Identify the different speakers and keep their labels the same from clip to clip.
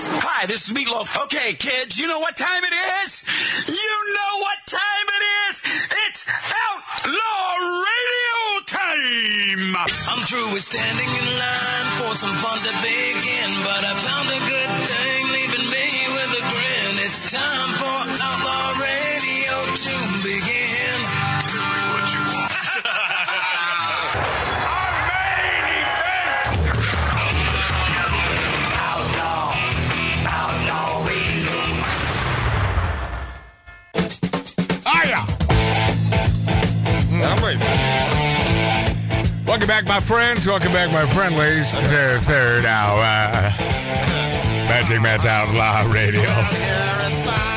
Speaker 1: Hi, this is Meatloaf. Okay, kids, you know what time it is? You know what time it is? It's Outlaw Radio time!
Speaker 2: I'm through with standing in line for some fun to begin, but I found a good thing leaving me with a grin. It's time for Outlaw Radio to begin.
Speaker 3: All right. Welcome back, my friends. Welcome back, my friendlies, to the third hour. Magic Matt's Outlaw Radio.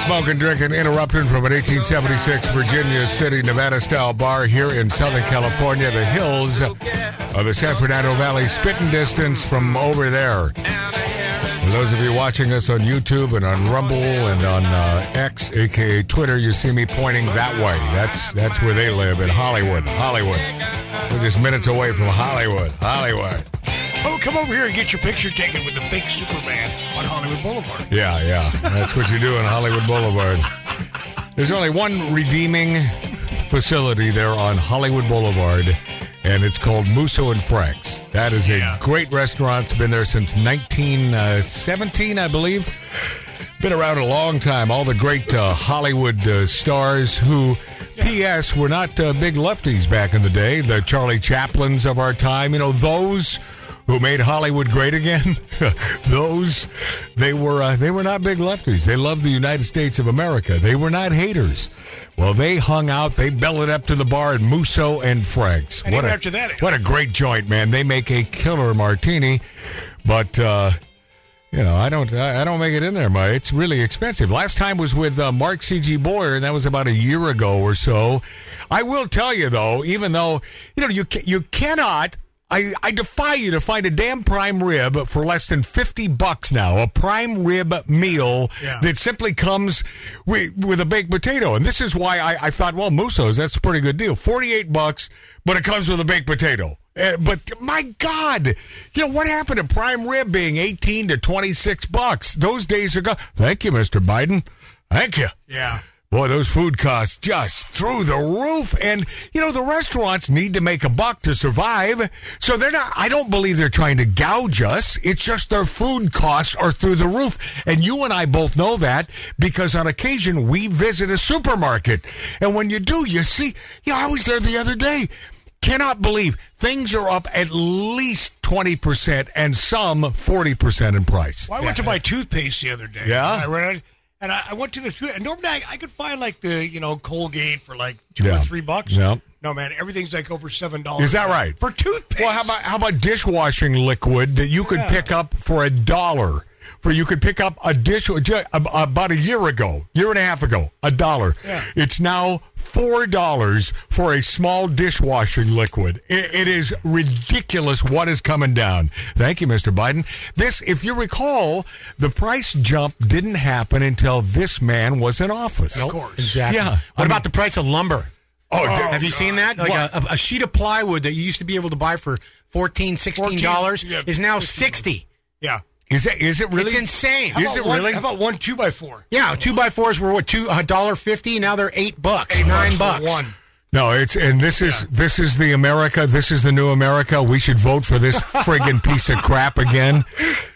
Speaker 3: Smoking, drinking, interrupted from an 1876 Virginia City, Nevada style bar here in Southern California, the hills of the San Fernando Valley, spitting distance from over there. For those of you watching us on YouTube and on Rumble and on uh, X, aka Twitter, you see me pointing that way. That's that's where they live in Hollywood. Hollywood. We're just minutes away from Hollywood. Hollywood.
Speaker 4: Oh, come over here and get your picture taken with the fake Superman on Hollywood Boulevard.
Speaker 3: Yeah, yeah. That's what you do on Hollywood Boulevard. There's only one redeeming facility there on Hollywood Boulevard, and it's called Musso and Franks. That is
Speaker 4: Yeah.
Speaker 3: a great restaurant. It's been there since 1917, I believe. Been around a long time. All the great uh, Hollywood uh, stars who, P.S., were not uh, big lefties back in the day. The Charlie Chaplins of our time, you know, those who made Hollywood great again. those they were uh, they were not big lefties. They loved the United States of America. They were not haters. Well, they hung out. They bellowed up to the bar at Musso and Frank's.
Speaker 4: And
Speaker 3: what
Speaker 4: even
Speaker 3: a,
Speaker 4: after that-
Speaker 3: what a great joint, man! They make a killer martini, but. Uh, you know, I don't, I I don't make it in there, Mike. It's really expensive. Last time was with uh, Mark C.G. Boyer, and that was about a year ago or so. I will tell you though, even though you know you ca- you cannot, I I defy you to find a damn prime rib for less than fifty bucks now. A prime rib meal
Speaker 4: Yeah.
Speaker 3: that simply comes with, with a baked potato, and this is why I, I thought, well, Musso's that's a pretty good deal, forty eight bucks, but it comes with a baked potato. Uh, but my God, you know what happened to prime rib being eighteen to twenty six bucks? Those days are gone. Thank you, Mister Biden. Thank you.
Speaker 4: Yeah.
Speaker 3: Boy, those food costs just through the roof. And, you know, the restaurants need to make a buck to survive. So they're not, I don't believe they're trying to gouge us. It's just their food costs are through the roof. And you and I both know that because on occasion we visit a supermarket. And when you do, you see, you know, I was there the other day. Cannot believe things are up at least 20% and some 40% in price.
Speaker 4: Well, I went to my toothpaste the other day.
Speaker 3: Yeah?
Speaker 4: And I ran out- and I, I went to the tooth, and normally I, I could find like the you know Colgate for like two
Speaker 3: Yeah.
Speaker 4: or three bucks.
Speaker 3: Yeah.
Speaker 4: No man, everything's like over seven dollars.
Speaker 3: Is that right?
Speaker 4: for toothpaste?
Speaker 3: Well, how about how about dishwashing liquid that you could
Speaker 4: Yeah.
Speaker 3: pick up for a dollar? For you could pick up a dish ju- ab- about a year ago, year and a half ago, a dollar.
Speaker 4: Yeah.
Speaker 3: It's now four dollars for a small dishwashing liquid. I it is ridiculous what is coming down. Thank you, Mr. Biden. This, if you recall, the price jump didn't happen until this man was in office.
Speaker 4: Of course.
Speaker 5: Exactly.
Speaker 3: Yeah. I
Speaker 5: What
Speaker 3: mean-
Speaker 5: about the price of lumber?
Speaker 3: Oh,
Speaker 5: Have you seen that? Like a, a sheet of plywood that you used to be able to buy for 14 dollars
Speaker 4: yeah,
Speaker 5: is now
Speaker 4: 15.
Speaker 5: 60.
Speaker 4: Yeah.
Speaker 3: is it is it really
Speaker 5: It's insane.
Speaker 3: Is
Speaker 4: How
Speaker 3: it
Speaker 4: about one-
Speaker 3: really?
Speaker 4: How about one two by four?
Speaker 5: Yeah, two by fours were what two a dollar fifty. Now they're eight bucks, nine
Speaker 4: bucks for
Speaker 5: bucks.
Speaker 4: one.
Speaker 3: No, it's and this is this is the America. This is the new America. We should vote for this friggin' piece of crap again.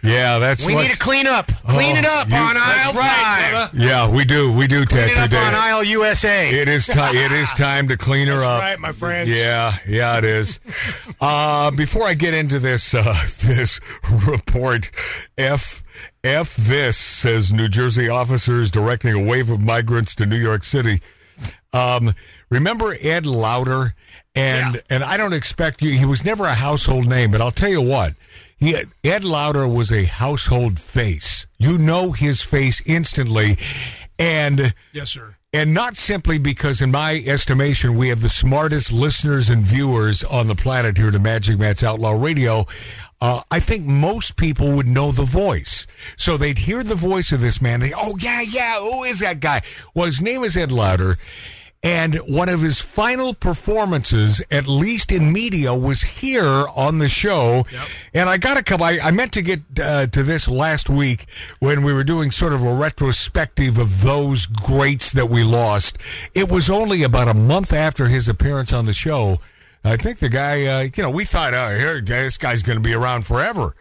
Speaker 3: Yeah, that's
Speaker 5: We need
Speaker 3: let's-
Speaker 5: to clean up, clean
Speaker 3: Oh,
Speaker 5: it up
Speaker 3: you-
Speaker 5: on
Speaker 3: that's
Speaker 5: aisle
Speaker 3: right,
Speaker 5: five.
Speaker 3: Yeah, we do. We do,
Speaker 5: Clean
Speaker 3: Ted.
Speaker 5: it up
Speaker 3: Today,
Speaker 5: on aisle USA.
Speaker 3: it is time. It is time to clean her up.
Speaker 4: right, my friend.
Speaker 3: Uh, Yeah, yeah, it is. uh, before I get into this uh, this report, F F this says New Jersey officers directing a wave of migrants to New York City. Um, remember Ed Lauder, and and I don't expect you. He was never a household name, but I'll tell you what. He, Ed Lauder was a household face. You know his face instantly, and
Speaker 4: Yes, sir.
Speaker 3: and not simply because, in my estimation, we have the smartest listeners and viewers on the planet here to Magic Matt's Outlaw Radio. Uh, I think most people would know the voice. So they'd hear the voice of this man. They, oh, yeah, yeah, who is that guy? Well, his name is Ed Lauder. And one of his final performances, at least in media, was here on the show. And I got to come, I, I meant to get uh, to this last week when we were doing sort of a retrospective of those greats that we lost. It was only about a month after his appearance on the show. I think the guy, uh, you know, we thought, oh, here, this guy's going to be around forever.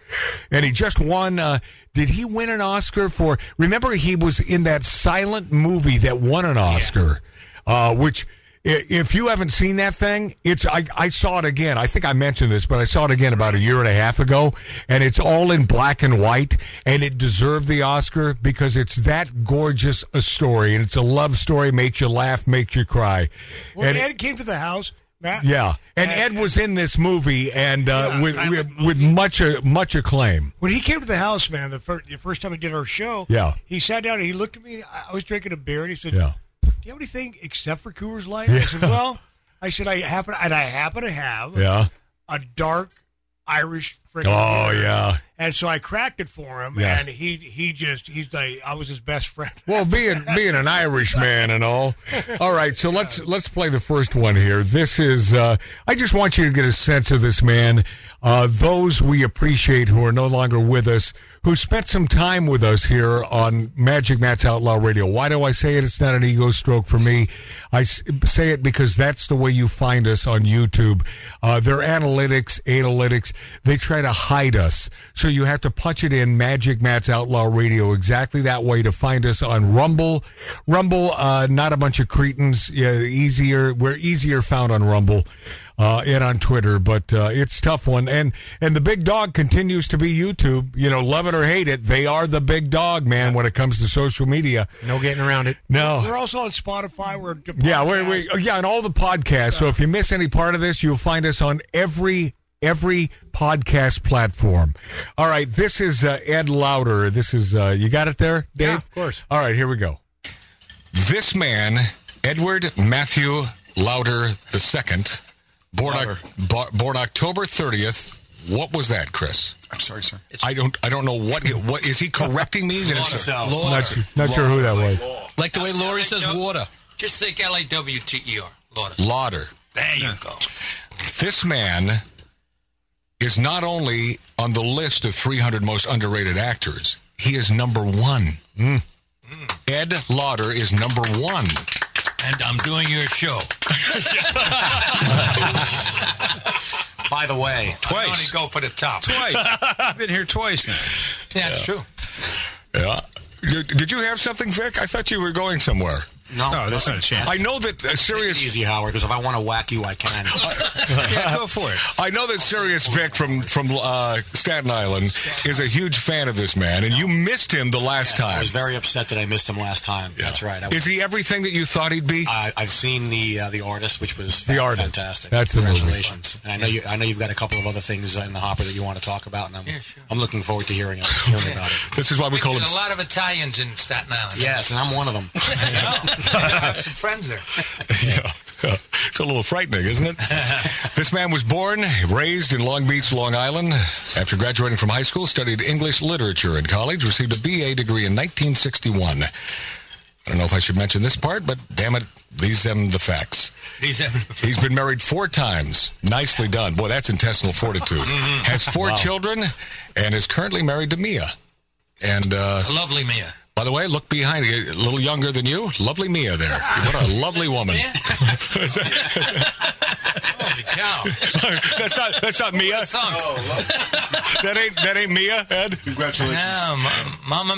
Speaker 3: And he just won. Uh, did he win an Oscar for? Remember, he was in that silent movie that won an Oscar, uh, which. i- If you haven't seen that thing, it's I, I saw it again. I think I mentioned this, but I saw it again about a year and a half ago, and it's all in black and white, and it deserved the Oscar because it's that gorgeous a story, and it's a love story, makes you laugh, makes you cry.
Speaker 4: Well,
Speaker 3: And-
Speaker 4: Ed came to the house. Matt,
Speaker 3: yeah, and Ed was in this movie, and uh, with, with with much uh, much acclaim.
Speaker 4: When he came to the house, man, the first, the first time he did our show,
Speaker 3: Yeah.
Speaker 4: he sat down and he looked at me. I I was drinking a beer, and he said,
Speaker 3: Yeah,
Speaker 4: "Do you have anything except for Coors Light?" I said, "Well, I said I happen and I happen to have
Speaker 3: yeah.
Speaker 4: a dark Irish freaking
Speaker 3: Oh
Speaker 4: beer."
Speaker 3: yeah.
Speaker 4: And so I cracked it for him,
Speaker 3: Yeah.
Speaker 4: and he he just he's like I was his best friend.
Speaker 3: Well, being being an Irishman and all. All right, so let's let's play the first one here. This is. Uh, I just want you to get a sense of this man. Uh, those we appreciate who are no longer with us, who spent some time with us here on Magic Matt's Outlaw Radio. Why do I say it? It's not an ego stroke for me. I s- say it because that's the way you find us on YouTube. Uh, their analytics, analytics, they try to hide us. So you have to punch it in Magic Matt's Outlaw Radio exactly that way to find us on Rumble. Rumble, uh, not a bunch of cretins. Yeah, easier. We're easier found on Rumble. Uh, and on Twitter, but uh, it's a tough one, and and the big dog continues to be YouTube. You know, love it or hate it, they are the big dog, man. When it comes to social media,
Speaker 5: No getting around it.
Speaker 3: no,
Speaker 4: We're also on Spotify. We're to
Speaker 3: yeah, we,
Speaker 4: podcasts.
Speaker 3: we, oh, yeah, and all the podcasts. So if you miss any part of this, you'll find us on every every podcast platform. All right, this is uh, Ed Louder. This is uh, you got it there, Dave.
Speaker 5: Yeah, of course.
Speaker 3: All right, here we go. This man, Edward Matthew Louder II, born
Speaker 6: Lauder.
Speaker 3: born October thirtieth. What was that, Chris?
Speaker 6: I'm sorry, sir. It's
Speaker 3: I don't I don't know what what is he correcting me? That it's-
Speaker 6: Monticello.
Speaker 3: not, not sure who that was.
Speaker 7: Like the way Lori says
Speaker 6: L A W-
Speaker 7: water. E Just think L A W T E R. Lauder.
Speaker 3: Lauder.
Speaker 7: There you go.
Speaker 3: this man is not only on the list of 300 most underrated actors, he is number one. Ed Lauder is number one.
Speaker 7: And I'm doing your show.
Speaker 6: By the way,
Speaker 7: Twice.
Speaker 6: I only go for the top.
Speaker 7: Twice. I've been here twice now. Yeah, it's true.
Speaker 3: Yeah. Did, did you have something, Vic? I thought you were going somewhere.
Speaker 6: No, that's not a chance.
Speaker 3: I know that uh, serious.
Speaker 6: Easy, Howard, because if I want to whack you, I can.
Speaker 7: Yeah, go for it.
Speaker 3: I know that Serious Vic from from uh, Staten Island is a huge fan of this man, and you missed him the last
Speaker 6: I
Speaker 3: time.
Speaker 6: was very upset that I missed him last time. That's right. I,
Speaker 3: Is he everything that you thought he'd be?
Speaker 6: I, I've seen the uh, the artist, which was
Speaker 3: The
Speaker 6: fa-
Speaker 3: Artist.
Speaker 6: fantastic.
Speaker 3: That's the movie.
Speaker 6: Congratulations. And I know you. I know you've got a couple of other things uh, in the hopper that you want to talk about, and I'm I'm looking forward to hearing, uh, hearing about it.
Speaker 3: This is why we call him.
Speaker 7: There's a lot of Italians in Staten Island.
Speaker 6: Yes, and I'm one of them.
Speaker 7: I have some friends there.
Speaker 3: yeah. It's a little frightening, isn't it? this man was born, raised in Long Beach, Long Island. After graduating from high school, studied English literature in college, received a BA degree in 1961. I don't know if I should mention this part, but damn it, these them the facts.
Speaker 7: These have
Speaker 3: He's been married four times. Nicely done. Boy, that's intestinal fortitude. Has four children and is currently married to Mia. And uh,
Speaker 7: a lovely Mia.
Speaker 3: by the way, look behind you. A little younger than you. Lovely Mia there. What a lovely woman.
Speaker 7: Holy cow.
Speaker 3: that's not that's not Mia. That ain't that ain't Mia, Ed.
Speaker 7: Yeah, ma- Mamma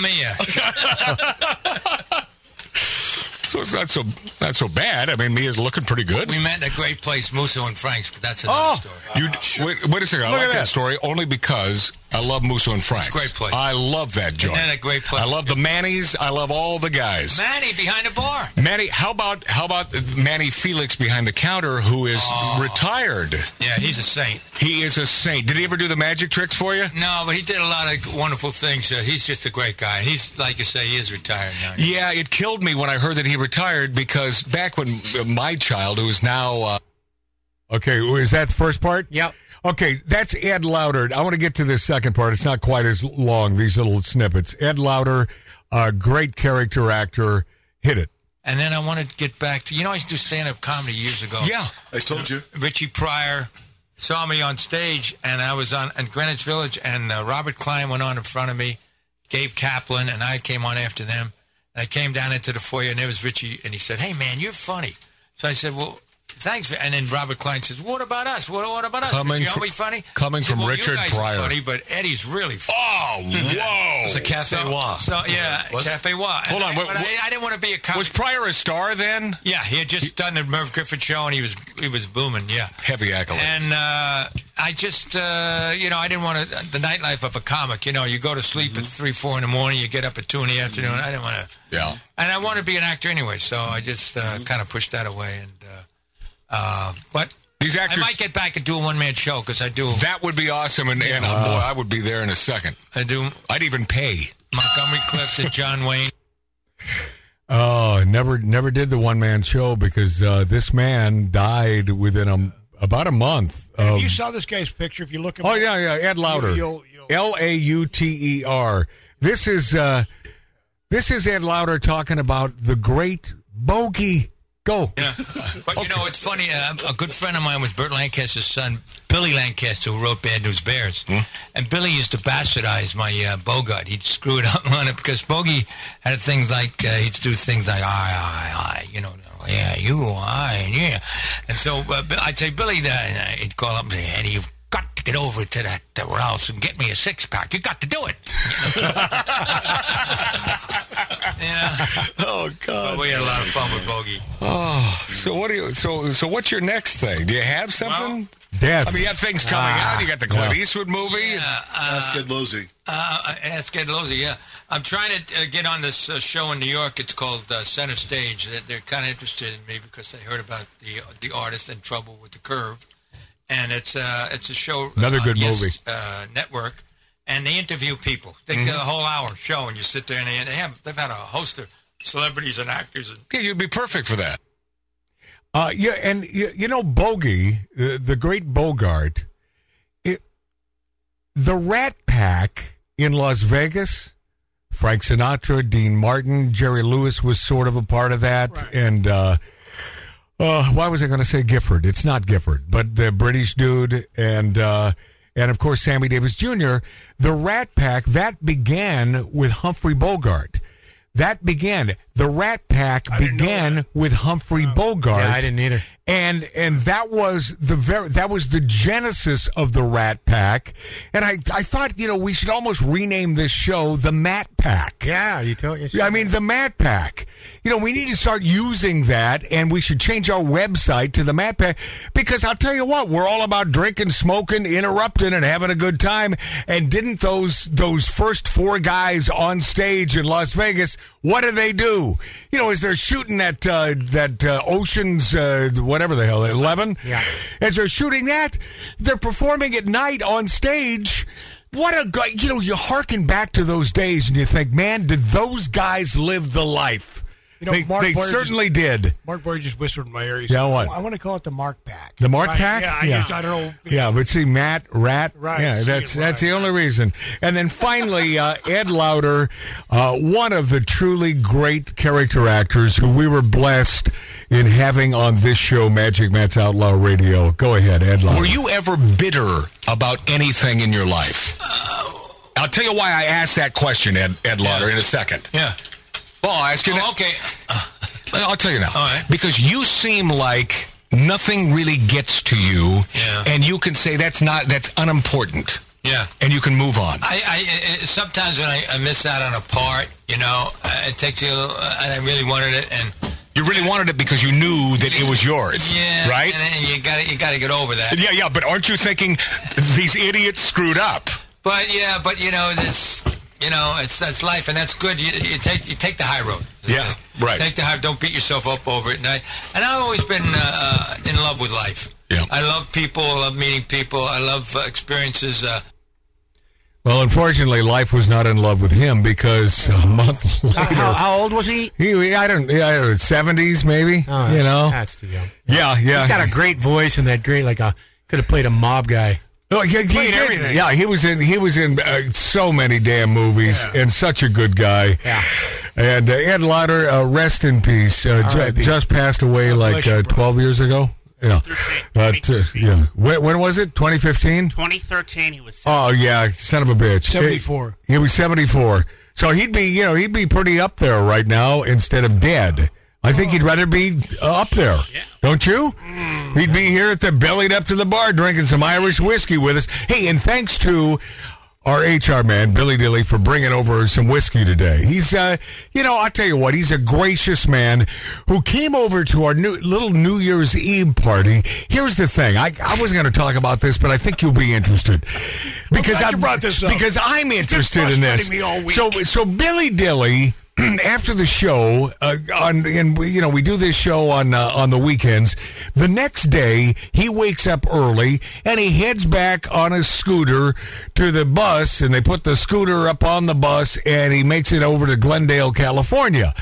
Speaker 7: Mia.
Speaker 3: So it's not so not so bad. I mean, Mia's looking pretty good.
Speaker 7: We met in a great place, Musso and Frank's, but that's another
Speaker 3: Oh,
Speaker 7: story.
Speaker 3: you wait, wait a second. I
Speaker 4: Look at
Speaker 3: like that.
Speaker 4: that.
Speaker 3: story only because I love Musso and Frank's.
Speaker 7: great place.
Speaker 3: I love that joint.
Speaker 7: that a great place?
Speaker 3: I love the Mannies. I love all the guys.
Speaker 7: Manny behind the bar.
Speaker 3: Manny, how about how about Manny Felix behind the counter, who is
Speaker 7: Oh.
Speaker 3: retired?
Speaker 7: Yeah, he's a saint.
Speaker 3: He is a saint. Did he ever do the magic tricks for you?
Speaker 7: No, but he did a lot of wonderful things. Uh, he's just a great guy. He's, like you say, he is retired now.
Speaker 3: Yeah, it killed me when I heard that he retired because back when uh, my child, who is now. Uh... Okay, is that the first part?
Speaker 5: Yep.
Speaker 3: Okay, that's Ed Lauder. I want to get to this second part. It's not quite as long, these little snippets. Ed Lauder, a great character actor, hit it.
Speaker 7: And then I want to get back to you know I used to do stand up comedy years ago.
Speaker 6: Yeah.
Speaker 8: I told you.
Speaker 7: Richie Pryor saw me on stage, and I was on at Greenwich Village, and uh, Robert Klein went on in front of me, Gabe Kaplan, and I came on after them. And I came down into the foyer, and there was Richie, and he said, "Hey, man, you're funny." So I said, "Well." Thanks, for, and then Robert Klein says, "What about us? What, what about us?
Speaker 9: Coming
Speaker 7: Richie, aren't
Speaker 9: fr-
Speaker 7: we funny?"
Speaker 9: coming
Speaker 7: I said,
Speaker 9: from
Speaker 7: well,
Speaker 9: Richard
Speaker 7: you guys are
Speaker 9: Pryor.
Speaker 7: funny, but Eddie's really funny.
Speaker 8: Oh, whoa.
Speaker 9: It's a cafe
Speaker 7: so,
Speaker 9: wa.
Speaker 7: So yeah,
Speaker 9: Was it?
Speaker 7: Cafe Wa. And
Speaker 9: Hold on,
Speaker 7: I,
Speaker 9: what-
Speaker 7: but
Speaker 9: what-
Speaker 7: I, I didn't want to be a comic.
Speaker 9: Was Pryor a star then?
Speaker 7: yeah, he had just done the Merv Griffin show, and he was he was booming. Yeah,
Speaker 9: Heavy accolades.
Speaker 7: and uh, I just, uh, you know, I didn't want to, the nightlife of a comic. You know, you go to sleep at three, four in the morning, you get up at two in the afternoon. I didn't want to.
Speaker 9: Yeah.
Speaker 7: And I want to be an actor anyway, so I just uh, kind of pushed that away. And uh, uh, but
Speaker 9: These actors-
Speaker 7: I might get back and do a one man show because I do.
Speaker 9: that would be awesome, and, and oh, boy, I would be there in a second.
Speaker 7: I do
Speaker 9: I'd even pay.
Speaker 7: Montgomery Clift and John Wayne.
Speaker 3: Oh, never never did the one man show because uh, this man died within a about a month.
Speaker 4: If
Speaker 3: Of,
Speaker 4: you saw this guy's picture, if you look at
Speaker 3: oh yeah, yeah, Ed Lauder,
Speaker 4: You'll- you'll-
Speaker 3: L A U T E R. This is uh, this is Ed Lauder talking about the great bogey. Go.
Speaker 7: But you know, it's funny. Uh, a good friend of mine was Burt Lancaster's son, Billy Lancaster, who wrote Bad News Bears.
Speaker 9: Hmm?
Speaker 7: And Billy used to bastardize my uh, Bogart. He'd screw it up on it because Bogey had things like uh, he'd do things like I, I, I, you know. Yeah, you, I, and yeah. And so uh, Bi- I'd say, Billy, uh, and I- he'd call up and say, Eddie, you've got to get over to that uh, Ralph's and get me a six pack. you got to do it. yeah.
Speaker 9: Oh God.
Speaker 7: We had a lot of fun with Bogey.
Speaker 9: So what do you? So so what's your next thing? Do you have something?
Speaker 3: Death. Ah,
Speaker 9: I mean, you got things coming out. You got the Clint Eastwood movie.
Speaker 8: Ask Ed Losey.
Speaker 7: Uh, ask Ed Losey, yeah. I'm trying to uh, get on this uh, show in New York. It's called uh, Center Stage. That they're kind of interested in me because they heard about the uh, the artist and Trouble with the Curve, and it's uh it's a show
Speaker 3: Another
Speaker 7: uh,
Speaker 3: good
Speaker 7: yes,
Speaker 3: movie. Mm-hmm.
Speaker 7: uh, network, and they interview people. They get a whole hour show, and you sit there and they, they have they've had a host of celebrities and actors. And,
Speaker 9: Yeah, you'd be perfect for that.
Speaker 3: Uh, yeah, and you, you know, Bogey, uh, the great Bogart, it, the Rat Pack in Las Vegas. Frank Sinatra, Dean Martin, Jerry Lewis was sort of a part of that, and uh, uh, why was I going to say Gifford? It's not Gifford, but the British dude, and uh, and of course Sammy Davis Jr. The Rat Pack that began with Humphrey Bogart. That began. The Rat Pack began with Humphrey Bogart.
Speaker 5: Yeah, I didn't either.
Speaker 3: And and that was the very that was the genesis of the Rat Pack. And I I thought you know we should almost rename this show the Mat Pack.
Speaker 5: Yeah, you told you.
Speaker 3: I mean, the Mat Pack. You know, we need to start using that, and we should change our website to the Mat Pack because I'll tell you what, we're all about drinking, smoking, interrupting, and having a good time. And didn't those those first four guys on stage in Las Vegas? What do they do? You know, as they're shooting that uh, that uh, Ocean's uh, whatever the hell eleven,
Speaker 5: Yeah.
Speaker 3: as they're shooting that, they're performing at night on stage. What a guy, you know, you hearken back to those days and you think, man, did those guys live the life?
Speaker 4: You know,
Speaker 3: they
Speaker 4: Mark
Speaker 3: they
Speaker 4: Boyer
Speaker 3: certainly did.
Speaker 4: Mark Boyer just whispered in my ear. he
Speaker 3: Yeah,
Speaker 4: said,
Speaker 3: what?
Speaker 4: I want to call it the Mark Pack.
Speaker 3: The Mark
Speaker 4: Right,
Speaker 3: Pack?
Speaker 4: Yeah, I, Just, I don't know.
Speaker 3: Yeah, but see, Matt, Rat.
Speaker 4: Right,
Speaker 3: Yeah,
Speaker 4: see,
Speaker 3: that's
Speaker 4: right.
Speaker 3: that's the only reason. And then finally, uh, Ed Lauder, uh, one of the truly great character actors who we were blessed in having on this show, Magic Matt's Outlaw Radio. Go ahead, Ed Lauder.
Speaker 9: Were you ever bitter about anything in your life?
Speaker 7: Oh.
Speaker 9: I'll tell you why I asked that question, Ed, Ed Lauder, in a second.
Speaker 7: yeah.
Speaker 9: Well, I'll ask you
Speaker 7: Oh,
Speaker 9: now.
Speaker 7: okay.
Speaker 9: I'll tell you now.
Speaker 7: All right.
Speaker 9: Because you seem like nothing really gets to you,
Speaker 7: Yeah.
Speaker 9: and you can say that's not that's unimportant,
Speaker 7: Yeah.
Speaker 9: and you can move on.
Speaker 7: I, I, I sometimes when I, I miss out on a part, you know, uh, it takes you, a little- uh, and I really wanted it, and
Speaker 9: You really wanted it because you knew that it was yours,
Speaker 7: Yeah,
Speaker 9: right?
Speaker 7: And, and you got to you got to get over that.
Speaker 9: yeah, yeah. But aren't you thinking these idiots screwed up?
Speaker 7: But yeah, but you know this, you know it's that's life, and that's good. You, you take you take the high road.
Speaker 9: Yeah, right.
Speaker 7: Take the high. Don't beat yourself up over it. And I and I've always been uh, uh, in love with life.
Speaker 9: Yeah.
Speaker 7: I love people. I love meeting people. I love uh, experiences. Uh,
Speaker 3: Well, unfortunately, life was not in love with him because a month
Speaker 5: How,
Speaker 3: later,
Speaker 5: how old was he?
Speaker 3: he, I don't, yeah, I don't know, 70s maybe,
Speaker 5: Oh,
Speaker 3: you know?
Speaker 5: that's too young.
Speaker 3: Yeah, yeah.
Speaker 5: He's got a great voice and that great like a could have played a mob guy.
Speaker 3: Oh, he, he
Speaker 5: Played
Speaker 3: did.
Speaker 5: everything.
Speaker 3: Yeah, he was in he was in uh, so many damn movies and such a good guy.
Speaker 5: Yeah.
Speaker 3: And uh, Ed Lauder, uh, rest in peace, uh, ju- just passed away like
Speaker 4: bless you,
Speaker 3: uh,
Speaker 4: brother.
Speaker 3: 12 years ago. Yeah. Uh, t- yeah. When, when was it? 2015?
Speaker 10: 2013, he was.
Speaker 3: Oh yeah, son of a bitch.
Speaker 4: 74.
Speaker 3: He, he was seventy four. So he'd be, you know, he'd be pretty up there right now instead of dead. I think he'd rather be uh, up there, don't you?
Speaker 4: Mm.
Speaker 3: He'd be here at the bellied up to the bar drinking some Irish whiskey with us. Hey, and thanks to our HR man Billy Dilly for bringing over some whiskey today. He's, uh, you know, I'll tell you what, he's a gracious man who came over to our new little New Year's Eve party. Here's the thing: I, I was going to talk about this, but I think you'll be interested because
Speaker 4: glad
Speaker 3: I
Speaker 4: you brought this up.
Speaker 3: because I'm interested in this.
Speaker 4: frustrating me all
Speaker 3: So
Speaker 4: week.
Speaker 3: so Billy Dilly. After the show, uh, on and we, you know we do this show on uh, on the weekends. The next day, he wakes up early and he heads back on his scooter to the bus, and they put the scooter up on the bus, and he makes it over to Glendale, California,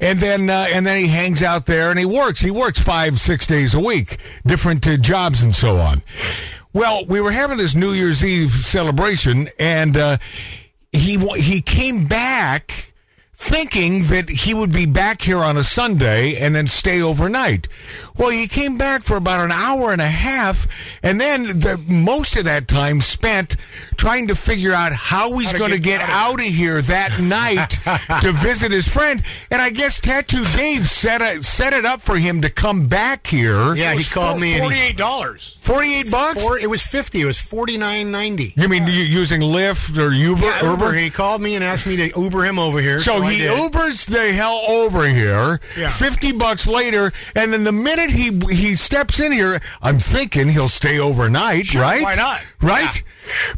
Speaker 3: and then uh, and then he hangs out there and he works. He works five six days a week, different uh, jobs and so on. Well, we were having this New Year's Eve celebration, and uh, he wa- he came back thinking that he would be back here on a Sunday and then stay overnight. Well, he came back for about an hour and a half, and then the most of that time spent trying to figure out how he's going to get out of here that night to visit his friend. And I guess Tattoo Dave set it set it up for him to come back here.
Speaker 5: Yeah, he called me and he,
Speaker 4: Forty-eight dollars.
Speaker 3: forty eight bucks.
Speaker 5: four, it was 50. It was 49.90.
Speaker 3: You mean you using Lyft or Uber?
Speaker 5: Yeah, Uber. He called me and asked me to Uber him over here.
Speaker 3: So
Speaker 5: I
Speaker 3: he
Speaker 5: did.
Speaker 3: Ubers the hell over here.
Speaker 4: Yeah.
Speaker 3: Fifty bucks later, and then the minute he he steps in here, I'm thinking he'll stay overnight, right?
Speaker 4: why not?
Speaker 3: Right?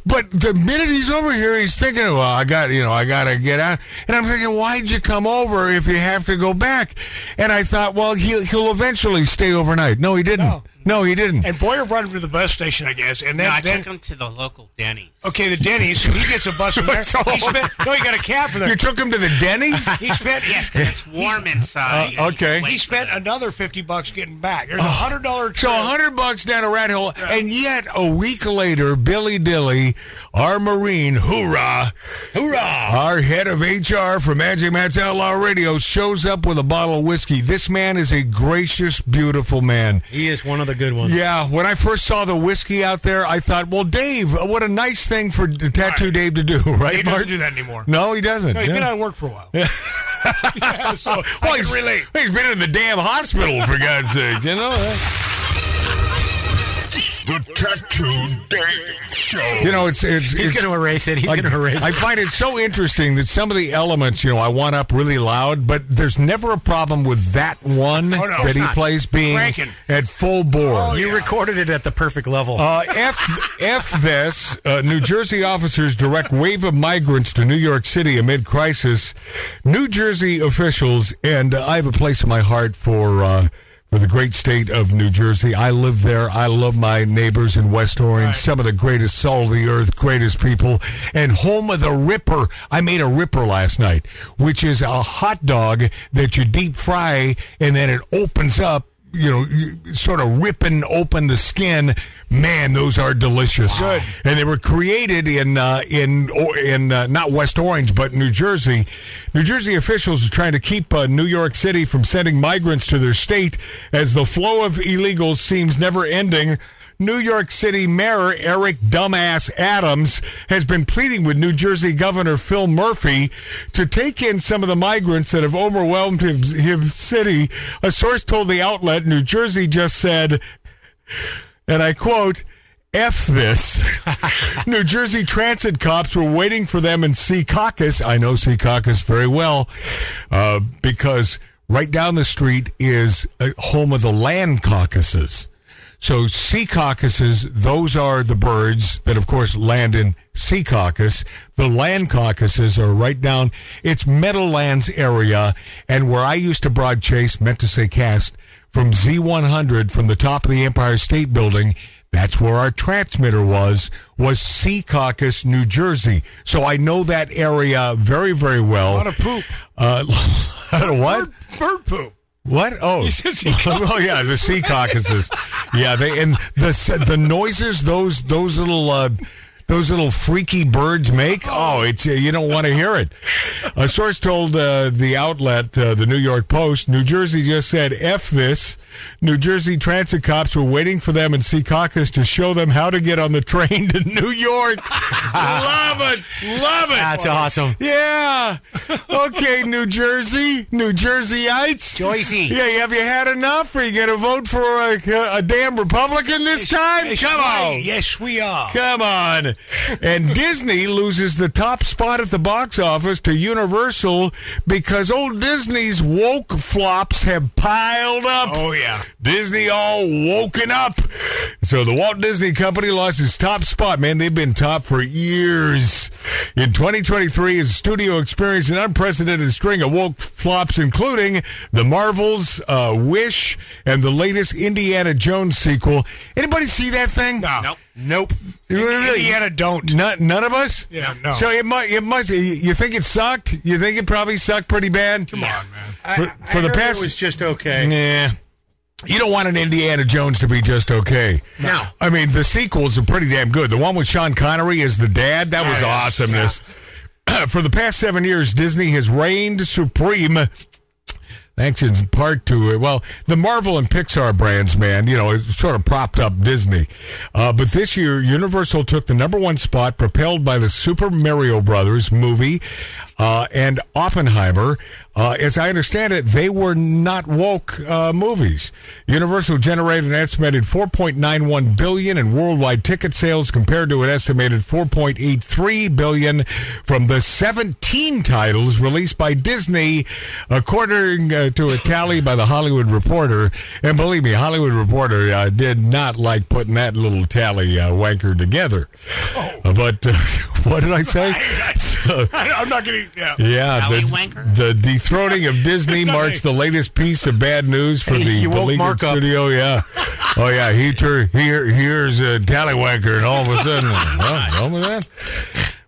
Speaker 3: But the minute he's over here, he's thinking, "Well, I got you know, I got to get out." And I'm thinking, "Why'd you come over if you have to go back?" And I thought, "Well, he'll he'll eventually stay overnight." No, he didn't. No,
Speaker 4: No.
Speaker 3: he didn't.
Speaker 4: And Boyer brought him to the bus station, I guess. And then,
Speaker 10: No, I
Speaker 4: then
Speaker 10: took him to the local Denny's.
Speaker 4: okay, the Denny's. He gets a bus from there.
Speaker 3: So-
Speaker 4: he spent, no, he got a cab for
Speaker 3: you
Speaker 4: there.
Speaker 3: took him to the Denny's.
Speaker 4: He spent yes.
Speaker 10: And it's warm inside.
Speaker 3: Uh, okay.
Speaker 10: Wait
Speaker 4: He
Speaker 10: for
Speaker 4: spent
Speaker 10: that.
Speaker 4: another fifty bucks getting back. There's a hundred dollar.
Speaker 3: Oh. So a hundred bucks down a rat hole, and yet a week later, Billy Dilly, our Marine, hoorah, hoorah, our head of HR for Magic Matt's Outlaw Radio, shows up with a bottle of whiskey. This man is a gracious, beautiful man.
Speaker 5: He is one of the good ones.
Speaker 3: Yeah, when I first saw the whiskey out there, I thought, well, Dave, what a nice thing for Tattoo Dave to do, right?
Speaker 4: He
Speaker 3: Mark?
Speaker 4: doesn't do that anymore.
Speaker 3: No, he doesn't.
Speaker 4: No, he's been
Speaker 3: Yeah.
Speaker 4: out of work for a while. Yeah, so well,
Speaker 3: he's,
Speaker 4: he's relate.
Speaker 3: he's been in the damn hospital for God's sake, you know.
Speaker 8: The Tattoo Dave Show.
Speaker 3: You know, it's it's
Speaker 5: He's
Speaker 3: it's-
Speaker 5: going to erase it. He's
Speaker 3: Like,
Speaker 5: going to erase
Speaker 3: I
Speaker 5: it.
Speaker 3: find it so interesting that some of the elements, you know, I want up really loud, but there's never a problem with that one
Speaker 4: Oh, no,
Speaker 3: that
Speaker 4: it's
Speaker 3: he
Speaker 4: not.
Speaker 3: plays being
Speaker 4: Cranking.
Speaker 3: at full bore.
Speaker 5: you recorded it at the perfect level.
Speaker 3: Uh, F, F this. Uh, New Jersey officers direct wave of migrants to New York City amid crisis. New Jersey officials, and uh, I have a place in my heart for. Uh, for the great state of New Jersey. I live there. I love my neighbors in West Orange. Some of the greatest soul of the earth, greatest people, and home of the Ripper. I made a Ripper last night, which is a hot dog that you deep fry and then it opens up you know, you- sort of ripping open the skin. Man, those are delicious. Good. And they were created in uh, in or- in uh, not West Orange, but New Jersey. New Jersey officials are trying to keep uh, New York City from sending migrants to their state as the flow of illegals seems never ending. New York City Mayor Eric Dumbass Adams has been pleading with New Jersey Governor Phil Murphy to take in some of the migrants that have overwhelmed his, his city. A source told the outlet New Jersey just said, and I quote, F this. New Jersey transit cops were waiting for them in Sea Caucus. I know Sea Caucus very well uh, because right down the street is a home of the land caucuses. So sea caucuses, those are the birds that, of course, land in sea caucus. The land caucuses are right down. It's Meadowlands area, and where I used to broad chase, meant to say cast from Z100 from the top of the Empire State Building. That's where our transmitter was, was Sea Caucus, New Jersey. So I know that area very, very well. A
Speaker 4: lot of poop.
Speaker 3: Uh, a lot of what?
Speaker 4: Bird, bird poop.
Speaker 3: What? Oh,
Speaker 4: said sea
Speaker 3: oh yeah, the sea caucuses. yeah, they and the the noises those those little uh, those little freaky birds make? Oh, it's uh, you don't want to hear it. A source told uh, the outlet, uh, the New York Post, New Jersey just said "f this." New Jersey transit cops were waiting for them in Secaucus to show them how to get on the train to New York. love it, love it.
Speaker 5: That's awesome.
Speaker 3: Yeah. Okay, New Jersey, New Jerseyites.
Speaker 5: Joycey.
Speaker 3: Yeah, have you had enough? Are you going to vote for a, a damn Republican this time? Come
Speaker 4: right.
Speaker 3: on.
Speaker 4: Yes, we are.
Speaker 3: Come on. And Disney loses the top spot at the box office to Universal because old Disney's woke flops have piled up.
Speaker 4: Oh, yeah.
Speaker 3: Disney all woken up. So the Walt Disney Company lost its top spot. Man, they've been top for years. In 2023, as studio experienced an unprecedented string of woke flops, including the Marvels, uh, Wish, and the latest Indiana Jones sequel. Anybody see that thing? No.
Speaker 10: Nope.
Speaker 3: Nope.
Speaker 4: Indiana don't.
Speaker 3: None, none of us.
Speaker 4: Yeah, no.
Speaker 3: So it must. It must. You think it sucked? You think it probably sucked pretty bad? Come on, man. For, for the past,
Speaker 5: it was just okay.
Speaker 3: yeah. You don't want an Indiana Jones to be just okay.
Speaker 5: No.
Speaker 3: I mean, the sequels are pretty damn good. The one with Sean Connery as the dad, that was awesomeness. For the past seven years, Disney has reigned supreme. Thanks in part to, uh, well, the Marvel and Pixar brands, man, you know, it sort of propped up Disney. Uh, but this year, Universal took the number one spot, propelled by the Super Mario Brothers movie uh, and Oppenheimer. Uh, as I understand it, they were not woke uh, movies. Universal generated an estimated 4.91 billion in worldwide ticket sales, compared to an estimated 4.83 billion from the 17 titles released by Disney, according uh, to a tally by the Hollywood Reporter. And believe me, Hollywood Reporter uh, did not like putting that little tally uh, wanker together. Uh, but uh, what did I say?
Speaker 4: I'm not going to. Yeah.
Speaker 3: Yeah,
Speaker 10: Alley
Speaker 3: the,
Speaker 10: wanker?
Speaker 3: the dethroning of Disney marks the latest piece of bad news for the
Speaker 5: you woke
Speaker 3: beleaguered
Speaker 5: Mark up.
Speaker 3: studio. Yeah, oh yeah, he tur- here here's a tallywanker, and all of a sudden, well, wrong with that.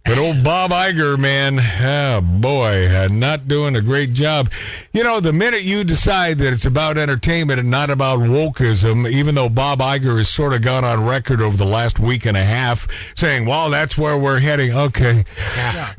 Speaker 3: But old Bob Iger, man, ah, boy, uh, not doing a great job. You know, the minute you decide that it's about entertainment and not about wokeism, even though Bob Iger has sort of gone on record over the last week and a half saying, well, that's where we're heading. Okay.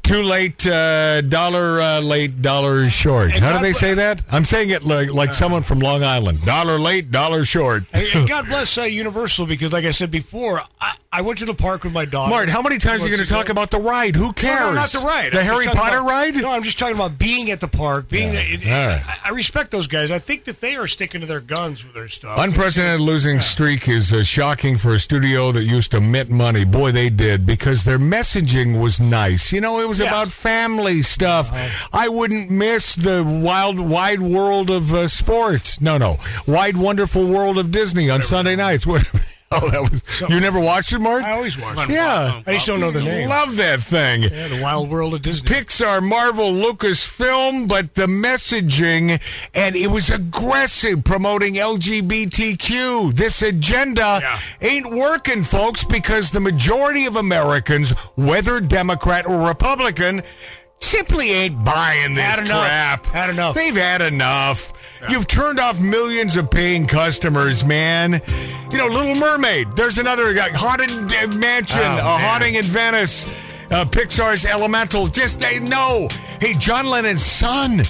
Speaker 3: Too late, uh, dollar uh, late, dollar short. How do they say that? I'm saying it like, like someone from Long Island. Dollar late, dollar short.
Speaker 4: And, and God bless uh, Universal because, like I said before, I, I went to the park with my daughter.
Speaker 3: Mart, how many times are you going
Speaker 4: Months
Speaker 3: to talk
Speaker 4: ago.
Speaker 3: about the ride? Who cares?
Speaker 4: No, no, not the ride.
Speaker 3: The
Speaker 4: I'm just
Speaker 3: Harry
Speaker 4: talking
Speaker 3: Potter
Speaker 4: about-
Speaker 3: ride?
Speaker 4: No, I'm just talking about being at the park. Being, it- it-
Speaker 3: All right.
Speaker 4: I, I respect those guys. I think that they are sticking to their guns with their stuff.
Speaker 3: Unprecedented losing streak is uh, shocking for a studio that used to mint money. Boy, they did because their messaging was nice. You know, it was about family stuff. I wouldn't miss the wild, wide world of uh, sports. No, no, wide, wonderful world of Disney on Sunday nights. What? Oh, that was you never watched it, Mark?
Speaker 4: I always watch. it.
Speaker 3: yeah,
Speaker 4: I just don't know the name.
Speaker 3: Love that thing.
Speaker 4: Yeah, the Wild World of Disney.
Speaker 3: Pixar, Marvel, Lucasfilm, but the messaging and it was aggressive promoting LGBTQ. This agenda
Speaker 4: Yeah.
Speaker 3: ain't working, folks, because the majority of Americans, whether Democrat or Republican, simply ain't buying this
Speaker 4: Had enough.
Speaker 3: crap.
Speaker 4: Had enough.
Speaker 3: They've had enough. You've turned off millions of paying customers, man. You know, Little Mermaid. There's another guy. Haunted uh, Mansion,
Speaker 5: Oh,
Speaker 3: a
Speaker 5: man.
Speaker 3: haunting in Venice, uh, Pixar's Elemental. Just they know. Hey, John Lennon's son,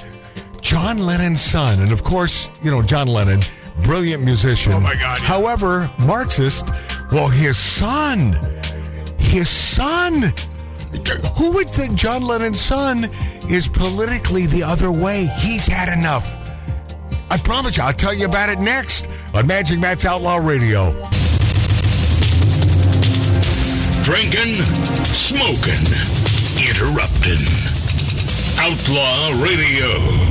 Speaker 3: John Lennon's son, and of course, you know John Lennon, brilliant musician. Oh my God! However, Marxist. Well, his son, his son. Who would think John Lennon's son is politically the other way? He's had enough. I promise you, I'll tell you about it next on Magic Matt's Outlaw Radio.
Speaker 8: Drinking, smoking, interrupting. Outlaw Radio.